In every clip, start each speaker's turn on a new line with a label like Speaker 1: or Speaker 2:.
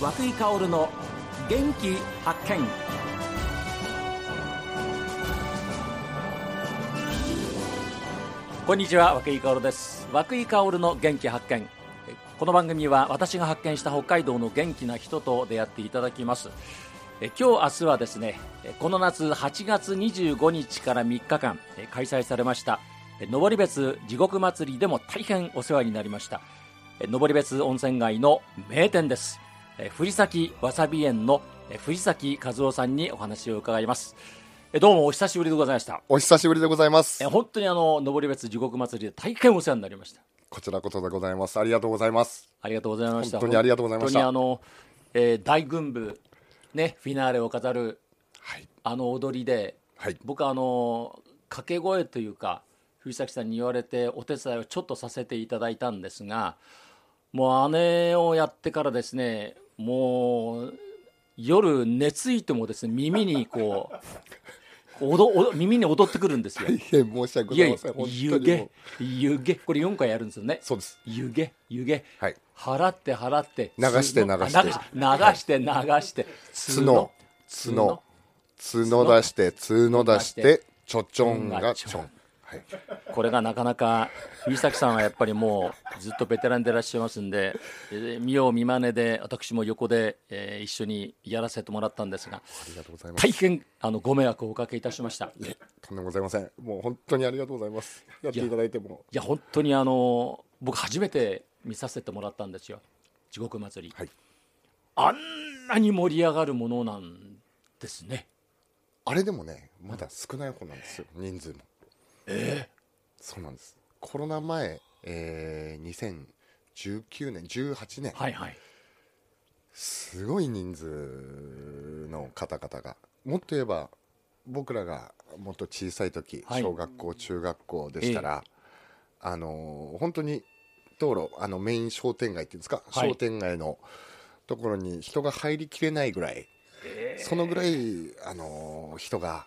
Speaker 1: 松井香織の元気発見こんにちは和井香織です和井香織の元気発見えこの番組は私が発見した北海道の元気な人と出会っていただきますえ今日明日はですねえこの夏8月25日から3日間え開催されましたえ登別地獄祭りでも大変お世話になりましたえ登別温泉街の名店ですえ藤崎わさび園のえ藤崎和夫さんにお話を伺いますえどうもお久しぶりでございました
Speaker 2: お久しぶりでございます
Speaker 1: え。本当にあの登別地獄祭りで大変お世話になりました
Speaker 2: こちらこそでございます。ありがとうございます。
Speaker 1: ありがとうございました
Speaker 2: 本当にありがとうございました
Speaker 1: 本当にあの、えー大軍部ねフィナーレを飾る
Speaker 2: はい。
Speaker 1: あの踊りで、
Speaker 2: はい
Speaker 1: 僕あの掛け声というか藤崎さんに言われてお手伝いをちょっとさせていただいたんですがもう姉をやってからですねもう夜寝ついてもですね耳にこう おどおど耳に踊ってくるんですよ。
Speaker 2: 大変申し訳ご
Speaker 1: いや
Speaker 2: ざい
Speaker 1: いや
Speaker 2: ません。本当
Speaker 1: 湯
Speaker 2: にも
Speaker 1: 気
Speaker 2: う。
Speaker 1: 湯気これ4回やるんですよね
Speaker 2: そうです。
Speaker 1: 湯気湯気
Speaker 2: はい
Speaker 1: 払って払って
Speaker 2: 流して
Speaker 1: 角
Speaker 2: 流して
Speaker 1: あ流して流して
Speaker 2: 角、角、角出して、角出して、ちょちょんがちょん。はい。
Speaker 1: これがなかなか藤崎さんはやっぱりもうずっとベテランでいらっしゃいますんで、えー見よう見まねで私も横で、えー一緒にやらせてもらったんですが
Speaker 2: ありがとうございます。
Speaker 1: 大変あのご迷惑をおかけいたしましたい
Speaker 2: とんでもございません。もう本当にありがとうございます。やっていただいても。
Speaker 1: や本当にあの僕初めて見させてもらったんですよ地獄祭り、
Speaker 2: はい
Speaker 1: あんなに盛り上がるものなんですね
Speaker 2: あれでもね、まだ少ない方なんですよ。人数も。ええそうなんです。コロナ前、えー、2019年、18年。
Speaker 1: はいはい
Speaker 2: すごい人数の方々がもっと言えば僕らがもっと小さい時、
Speaker 1: はい
Speaker 2: 小学校中学校でしたら、あの本当に道路あのメイン商店街っていうんですか、
Speaker 1: はい
Speaker 2: 商店街のところに人が入りきれないぐらい、そのぐらいあの人が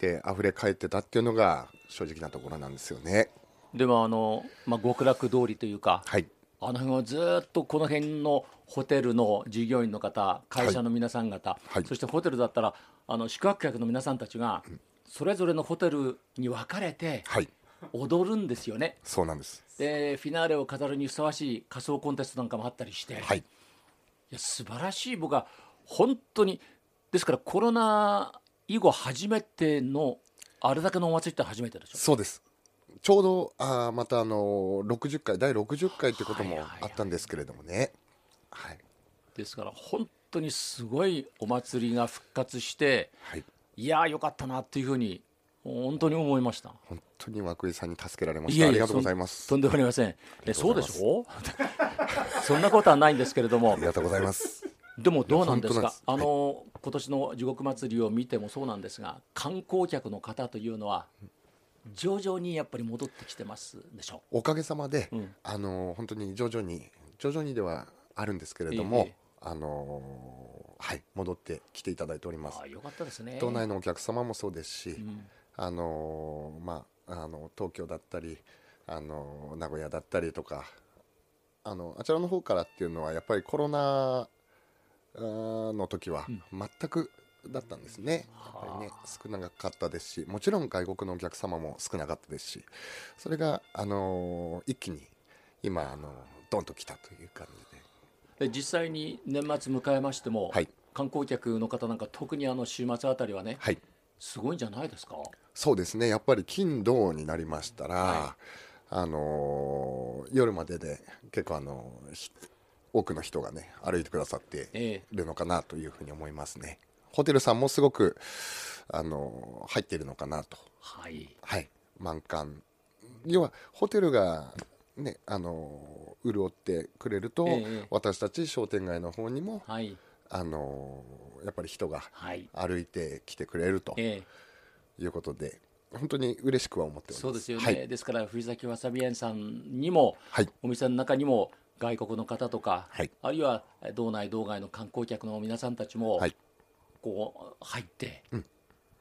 Speaker 2: で溢れ返ってたっていうのが正直なところなんですよね。
Speaker 1: でもあの、まあ、極楽通りというか
Speaker 2: はい
Speaker 1: あの辺はずーっとこの辺のホテルの従業員の方、会社の皆さん方、
Speaker 2: はい
Speaker 1: そしてホテルだったらあの宿泊客の皆さんたちが、それぞれのホテルに分かれて
Speaker 2: はい
Speaker 1: 踊るんですよね。
Speaker 2: そうなんです。
Speaker 1: で、フィナーレを飾るにふさわしい仮装コンテストなんかもあったりして、、
Speaker 2: はいい
Speaker 1: や素晴らしい、僕は本当に、ですからコロナ以後初めての、あれだけのお祭りって初めてでしょ。
Speaker 2: そうですちょうどあーまたあのー60回第60回ってこと
Speaker 1: はい
Speaker 2: も
Speaker 1: はいはい
Speaker 2: あったんですけれどもねはい
Speaker 1: ですから本当にすごいお祭りが復活して、
Speaker 2: はい
Speaker 1: いやーよかったなっていうふうに本当に思いました。
Speaker 2: 本当に涌井さんに助けられまし
Speaker 1: い
Speaker 2: た
Speaker 1: や
Speaker 2: あ
Speaker 1: い
Speaker 2: り
Speaker 1: や
Speaker 2: がとうございます
Speaker 1: と
Speaker 2: あ
Speaker 1: んでもありません。え
Speaker 2: りがと
Speaker 1: そう
Speaker 2: うご
Speaker 1: で
Speaker 2: ざいます
Speaker 1: しょ そんなことはないんですけれども
Speaker 2: り、がとうございます
Speaker 1: でもどうなんです
Speaker 2: いや
Speaker 1: か。あ
Speaker 2: 本当なんです
Speaker 1: の今年の地獄祭りを見てもそうなんですが、観光客の方というのは徐々にやっぱり戻ってきてますでしょ
Speaker 2: おかげさまで、
Speaker 1: うん
Speaker 2: あのー本当に徐々に徐々にではあるんですけれども、
Speaker 1: ええ
Speaker 2: あのーはい戻ってきていただいており
Speaker 1: う。
Speaker 2: ます
Speaker 1: ああよかったですね。
Speaker 2: 道内のお客様もそうですし、
Speaker 1: ん
Speaker 2: あのーまあ、あの東京だったり、あのー名古屋だったりとかあのあちらの方からっていうのはやっぱりコロナあーの時は全くだったんですね,、やっぱりね少なかったですしもちろん外国のお客様も少なかったですしそれが、あのー一気に今、あのードンと来たという感じ
Speaker 1: で
Speaker 2: で。
Speaker 1: 実際に年末迎えましても、
Speaker 2: はい
Speaker 1: 観光客の方なんか特にあの週末あたりはね、
Speaker 2: はい
Speaker 1: すごいんじゃないですか。
Speaker 2: そうですねやっぱり金土になりましたら、
Speaker 1: は
Speaker 2: あのー夜までで結構あのーひ多くの人がね歩いてくださって
Speaker 1: え
Speaker 2: いるのかなというふうに思いますねホテルさんもすごくあのー入っているのかなと
Speaker 1: はい。
Speaker 2: はい満館要はホテルがねあのー潤ってくれると、
Speaker 1: ええ
Speaker 2: 私たち商店街の方にも
Speaker 1: はい。
Speaker 2: あのーやっぱり人が
Speaker 1: はい。
Speaker 2: 歩いてきてくれると
Speaker 1: ええ
Speaker 2: いうことで本当に嬉しくは思っております
Speaker 1: そうですよね、
Speaker 2: はい、
Speaker 1: ですから藤崎わさび園さんにも、
Speaker 2: はい
Speaker 1: お店の中にも外国の方とか、
Speaker 2: はい
Speaker 1: あるいはえ道内道外の観光客の皆さんたちも、
Speaker 2: はい
Speaker 1: こう入って、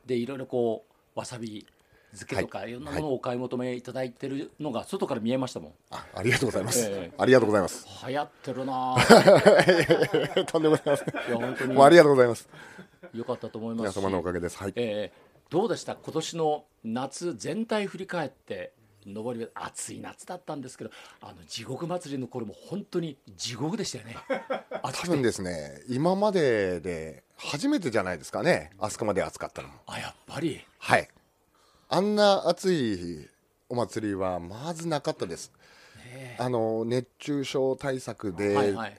Speaker 1: でいろいろこうわさび漬けとかいろんなものをお買い求めいただいてるのが外から見えましたもん、
Speaker 2: あありがとうございます、
Speaker 1: ええ
Speaker 2: ありがとうございます
Speaker 1: 流行ってるなぁ
Speaker 2: とんでもござい
Speaker 1: いや本当
Speaker 2: ません
Speaker 1: に
Speaker 2: もうありがとうございます
Speaker 1: よかったと思いま
Speaker 2: 皆
Speaker 1: すし
Speaker 2: 様のおかげですはい、
Speaker 1: ええどうでした今年の夏全体振り返って上り暑い夏だったんですけどあの地獄祭りの頃も本当に地獄でしたよね暑
Speaker 2: 多
Speaker 1: く
Speaker 2: 分
Speaker 1: て
Speaker 2: ですね今までで初めてじゃないですかねあそこまで暑かったの
Speaker 1: あやっぱり
Speaker 2: はいあんな暑いお祭りはまずなかったです、あの熱中症対策で、
Speaker 1: はいはい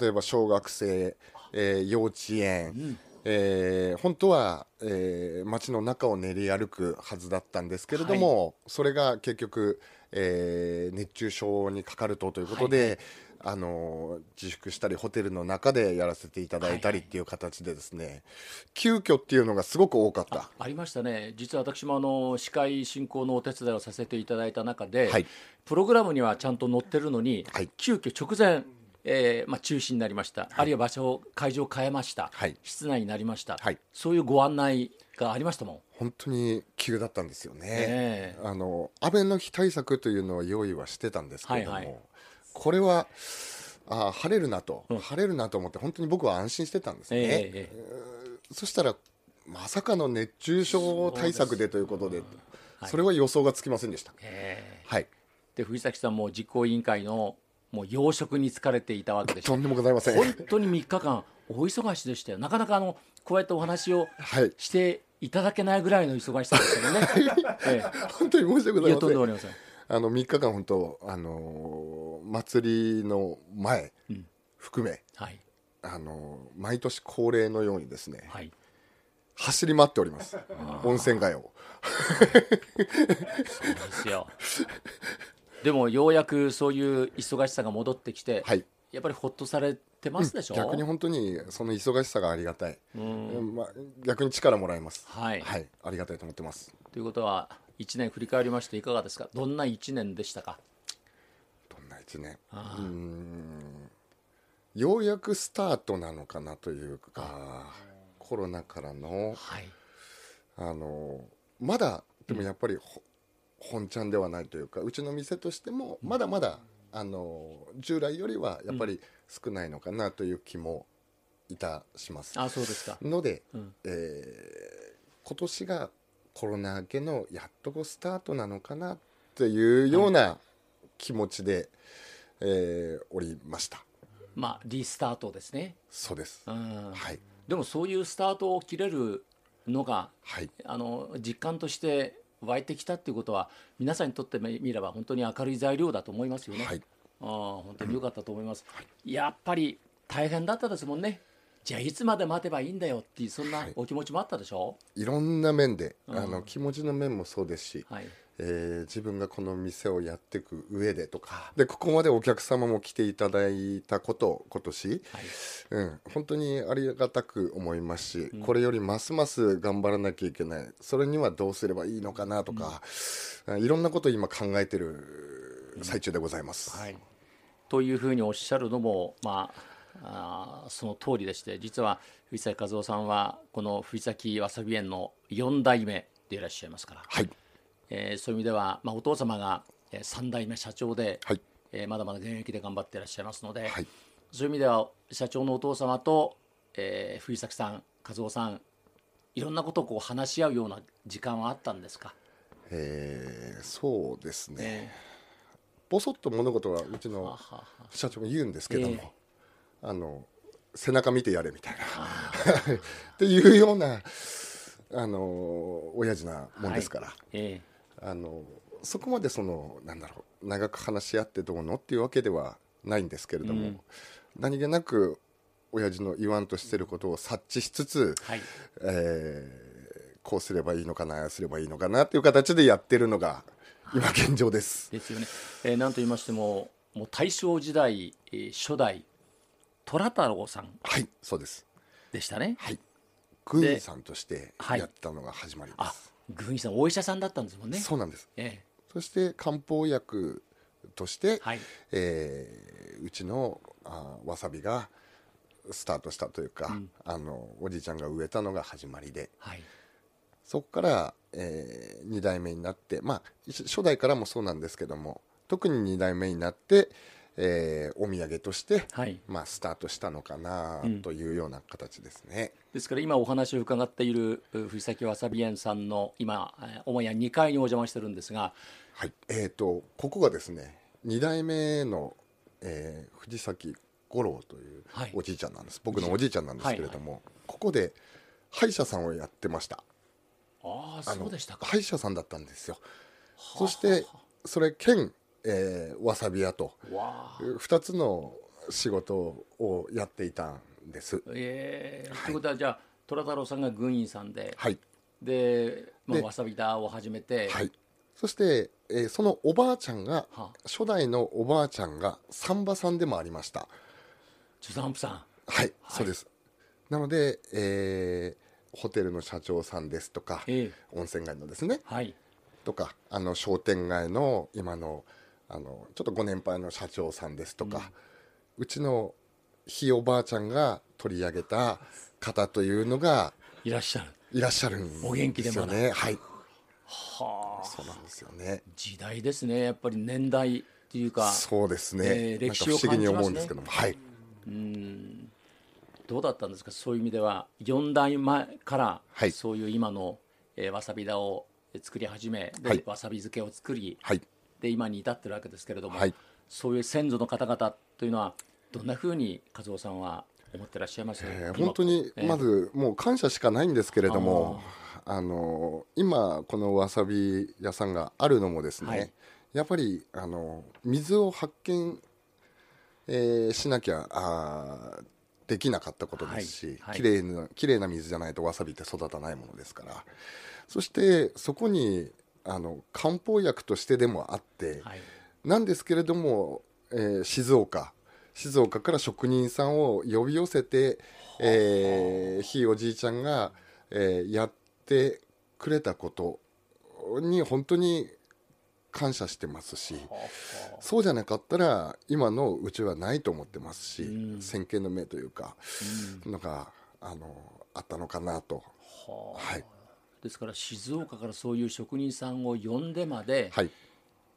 Speaker 2: 例えば小学生、えー幼稚園、えー本当は、えー街の中を練り歩くはずだったんですけれども、それが結局、えー熱中症にかかるとということで、あのー自粛したりホテルの中でやらせていただいたりっていう形でですね、急遽っていうのがすごく多かった。
Speaker 1: ありましたね実は私もあの司会進行のお手伝いをさせていただいた中で、
Speaker 2: はい
Speaker 1: プログラムにはちゃんと載ってるのに、
Speaker 2: はい
Speaker 1: 急遽直前、えーまあ、中止になりました、あるいは場所を会場を変えました、
Speaker 2: はい
Speaker 1: 室内になりました、
Speaker 2: はい
Speaker 1: そういうご案内がありましたもん。
Speaker 2: 本当に急だったんですよね
Speaker 1: え。
Speaker 2: あの安倍の日対策というのは用意はしてたんですけれども、
Speaker 1: はいはい
Speaker 2: これはあー晴れるなと、晴れるなと思って本当に僕は安心してたんです
Speaker 1: え
Speaker 2: ね。
Speaker 1: えええ
Speaker 2: そしたらまさかの熱中症対策でということで、それは予想がつきませんでした。
Speaker 1: え
Speaker 2: はい、
Speaker 1: えで藤崎さんも実行委員会のもう要職に疲れていたわけでしょ
Speaker 2: とんでもございません。
Speaker 1: 本当に3日間大忙しでしたよなかなかあのこうやってお話を
Speaker 2: はい
Speaker 1: していただけないぐらいの忙しさですよね、え
Speaker 2: 本当に申し訳
Speaker 1: え、い
Speaker 2: ござい
Speaker 1: や
Speaker 2: ま
Speaker 1: とん
Speaker 2: せ
Speaker 1: でもあ
Speaker 2: ん。
Speaker 1: りません
Speaker 2: あの3日間本当あのー祭りの前、含め
Speaker 1: はい
Speaker 2: あのー毎年恒例のようにですね。
Speaker 1: はい
Speaker 2: 走り回っております温泉街を
Speaker 1: そうですよでもようやくそういう忙しさが戻ってきて、
Speaker 2: はい
Speaker 1: やっぱりほっとされてますでしょ、
Speaker 2: 逆に本当にその忙しさがありがたい、まあ、逆に力もらえます
Speaker 1: はい
Speaker 2: ありがたいと思ってます
Speaker 1: ということは1年振り返りましていかがですかどんな1年でしたか
Speaker 2: どんな一年うーんようやくスタートなのかなというかコロナからの
Speaker 1: はい
Speaker 2: あのまだでもやっぱりほ、本ちゃんではないというかうちの店としてもまだまだ、あの従来よりはやっぱり少ないのかなという気もいたします、
Speaker 1: あそうですか
Speaker 2: ので、
Speaker 1: うん
Speaker 2: えー今年がコロナ明けのやっとこうスタートなのかなっていうような気持ちで、えーおりました
Speaker 1: まあリスタートですね
Speaker 2: そうです、
Speaker 1: うん
Speaker 2: はい
Speaker 1: でもそういうスタートを切れるのが
Speaker 2: はい
Speaker 1: あの実感として湧いてきたっていうことは皆さんにとってみれば本当に明るい材料だと思いますよね、
Speaker 2: はい
Speaker 1: ああ本当に良かったと思います、やっぱり大変だったですもんねじゃあいつまで待てばいいんだよっていうそんなお気持ちもあったでしょ、
Speaker 2: いろんな面で、あの気持ちの面もそうですし、
Speaker 1: はい
Speaker 2: えー自分がこの店をやっていく上でとかでここまでお客様も来ていただいたこと今年、
Speaker 1: はい
Speaker 2: うん、本当にありがたく思いますし、これよりますます頑張らなきゃいけないそれにはどうすればいいのかなとか、うんいろんなことを今考えてる最中でございます、
Speaker 1: はい、というふうにおっしゃるのも、まあ、あーその通りでして実は藤崎和夫さんはこの藤崎わさび園の4代目でいらっしゃいますから、
Speaker 2: はい
Speaker 1: えーそういう意味では、まあ、お父様が3代目社長で、
Speaker 2: はい
Speaker 1: えーまだまだ現役で頑張っていらっしゃいますので、
Speaker 2: はい
Speaker 1: そういう意味では社長のお父様と、えー、藤崎さん和夫さんいろんなことをこう話し合うような時間はあったんですか、
Speaker 2: えーそうですね
Speaker 1: え
Speaker 2: ぼそっと物事はうち
Speaker 1: ーは
Speaker 2: の
Speaker 1: はは
Speaker 2: 社長も言うんですけども、
Speaker 1: ええ
Speaker 2: あの背中見てやれみたいな っていうようなあの親父なもんですから、
Speaker 1: えー
Speaker 2: あのそこまでそのなんだろう長く話し合ってどうのっていうわけではないんですけれども、何気なく親父の言わんとしてることを察知しつつ、
Speaker 1: はい
Speaker 2: えーこうすればいいのかなああすればいいのかなっていう形でやってるのが今現状です。
Speaker 1: ですよね。えー、なんと言いましても、もう大正時代、えー初代、虎太郎さん
Speaker 2: はいそうです
Speaker 1: でしたね。
Speaker 2: はい軍医さんとして
Speaker 1: はい
Speaker 2: やったのが始まりま
Speaker 1: あ
Speaker 2: す、、
Speaker 1: 軍医さん、お医者さんだったんですもんね。
Speaker 2: そうなんです
Speaker 1: え
Speaker 2: そして漢方薬として、
Speaker 1: はい
Speaker 2: えーうちのあーわさびがスタートしたというか、あのおじいちゃんが植えたのが始まりで
Speaker 1: えはい。
Speaker 2: そこからえ2代目になってまあ一初代からもそうなんですけども特に2代目になって、えーお土産として、
Speaker 1: はい
Speaker 2: まあ、スタートしたのかな
Speaker 1: うん
Speaker 2: というような形ですね。
Speaker 1: ですから今お話を伺っているう藤崎わさび園さんの今えー主や2階にお邪魔してるんですが
Speaker 2: はいえー、とここがですね2代目の、えー藤崎五郎という
Speaker 1: はい
Speaker 2: おじいちゃんなんです、僕のおじいちゃんなんですけれども、ここで歯医者さんをやってました
Speaker 1: ああ
Speaker 2: あの
Speaker 1: そうでしたか
Speaker 2: 歯医者さんだったんですよそしてそれ兼、えーわさび屋と
Speaker 1: わあ
Speaker 2: 2つの仕事をやっていたんです
Speaker 1: ええということはじゃあ虎太郎さんが軍員さんで、
Speaker 2: はい
Speaker 1: で,、まあ、
Speaker 2: で
Speaker 1: わさび田を始めて、
Speaker 2: はいそして、えーそのおばあちゃんが
Speaker 1: は
Speaker 2: 初代のおばあちゃんがサンバさんでもありました
Speaker 1: ジュザンプさん
Speaker 2: はい、そうですなので、えーホテルの社長さんですとか、
Speaker 1: ええ
Speaker 2: 温泉街のですね
Speaker 1: はい
Speaker 2: とかあの商店街の今のあのちょっとご年配の社長さんですとか、うちのひいおばあちゃんが取り上げた方というのが
Speaker 1: いらっしゃる
Speaker 2: いらっしゃるんですよね
Speaker 1: お元気でまだ
Speaker 2: はい
Speaker 1: はあ
Speaker 2: そうなんですよね
Speaker 1: 時代ですねやっぱり年代っていうか
Speaker 2: そうですね、
Speaker 1: えー
Speaker 2: な
Speaker 1: 歴
Speaker 2: んか
Speaker 1: 史
Speaker 2: 不
Speaker 1: を
Speaker 2: 思議に思う
Speaker 1: 感じますね
Speaker 2: んですけども、はい
Speaker 1: どうだったんですかそういう意味では4代前から、
Speaker 2: はい
Speaker 1: そういう今の、えーわさび田を作り始めで、
Speaker 2: はい
Speaker 1: わさび漬けを作り
Speaker 2: はい
Speaker 1: で今に至ってるわけですけれども、
Speaker 2: はい
Speaker 1: そういう先祖の方々というのはどんなふうに和夫さんは思ってらっしゃいます、
Speaker 2: えー
Speaker 1: 今
Speaker 2: 本当に
Speaker 1: えー
Speaker 2: まずもう感謝しかないんですけれども、あの今このわさび屋さんがあるのもですね、
Speaker 1: はい
Speaker 2: やっぱりあの水を発見、えーしなきゃあーできなかったことですし、
Speaker 1: はいはい
Speaker 2: きれいなきれいな水じゃないとわさびって育たないものですからそしてそこにあの漢方薬としてでもあって、
Speaker 1: はい
Speaker 2: なんですけれども、えー静岡静岡から職人さんを呼び寄せて、えーひいおじいちゃんが、えーやってくれたことに本当に感謝してますしそうじゃなかったら今のうちはないと思ってますし、
Speaker 1: うん
Speaker 2: 先見の目というか、
Speaker 1: うん
Speaker 2: のがあのあったのかなと。
Speaker 1: はあ
Speaker 2: はい、
Speaker 1: ですから静岡からそういう職人さんを呼んでまで、
Speaker 2: はい、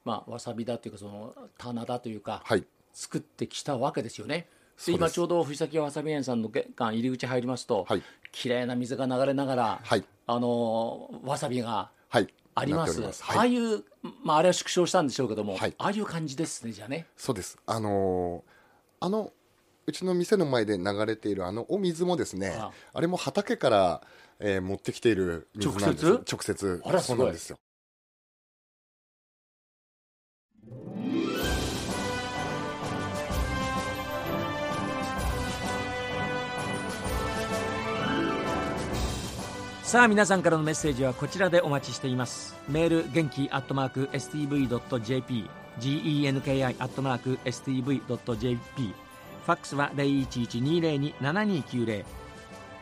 Speaker 1: まあ、わさびだというかその棚だというか、
Speaker 2: はい
Speaker 1: 作ってきたわけですよね。で
Speaker 2: そうです
Speaker 1: 今ちょうど藤崎わさび園さんの玄関入り口入りますと、
Speaker 2: はい
Speaker 1: 綺麗な水が流れながら、
Speaker 2: はい
Speaker 1: あのーわさびが
Speaker 2: はい
Speaker 1: あります
Speaker 2: なっておはい
Speaker 1: ああいう、まあ、あれは縮小したんでしょうけども、
Speaker 2: はい
Speaker 1: ああいう感じですねじゃあね
Speaker 2: そうです。あのーあのうちの店の前で流れているあのお水もですね、
Speaker 1: あ
Speaker 2: あれも畑から、えー持ってきている水なんです。
Speaker 1: 直接
Speaker 2: 直接
Speaker 1: あらす
Speaker 2: そ
Speaker 1: ごいう
Speaker 2: なんですよ。
Speaker 1: さあ皆さんからのメッセージはこちらでお待ちしていますメール元気アットマーク STV.jp genki アットマーク STV.jp ファックスは0112027290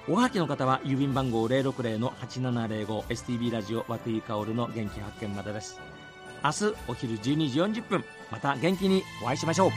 Speaker 1: おはがきの方は郵便番号 060-8705STB ラジオ和久井薫の元気発見までです明日お昼12時40分また元気にお会いしましょう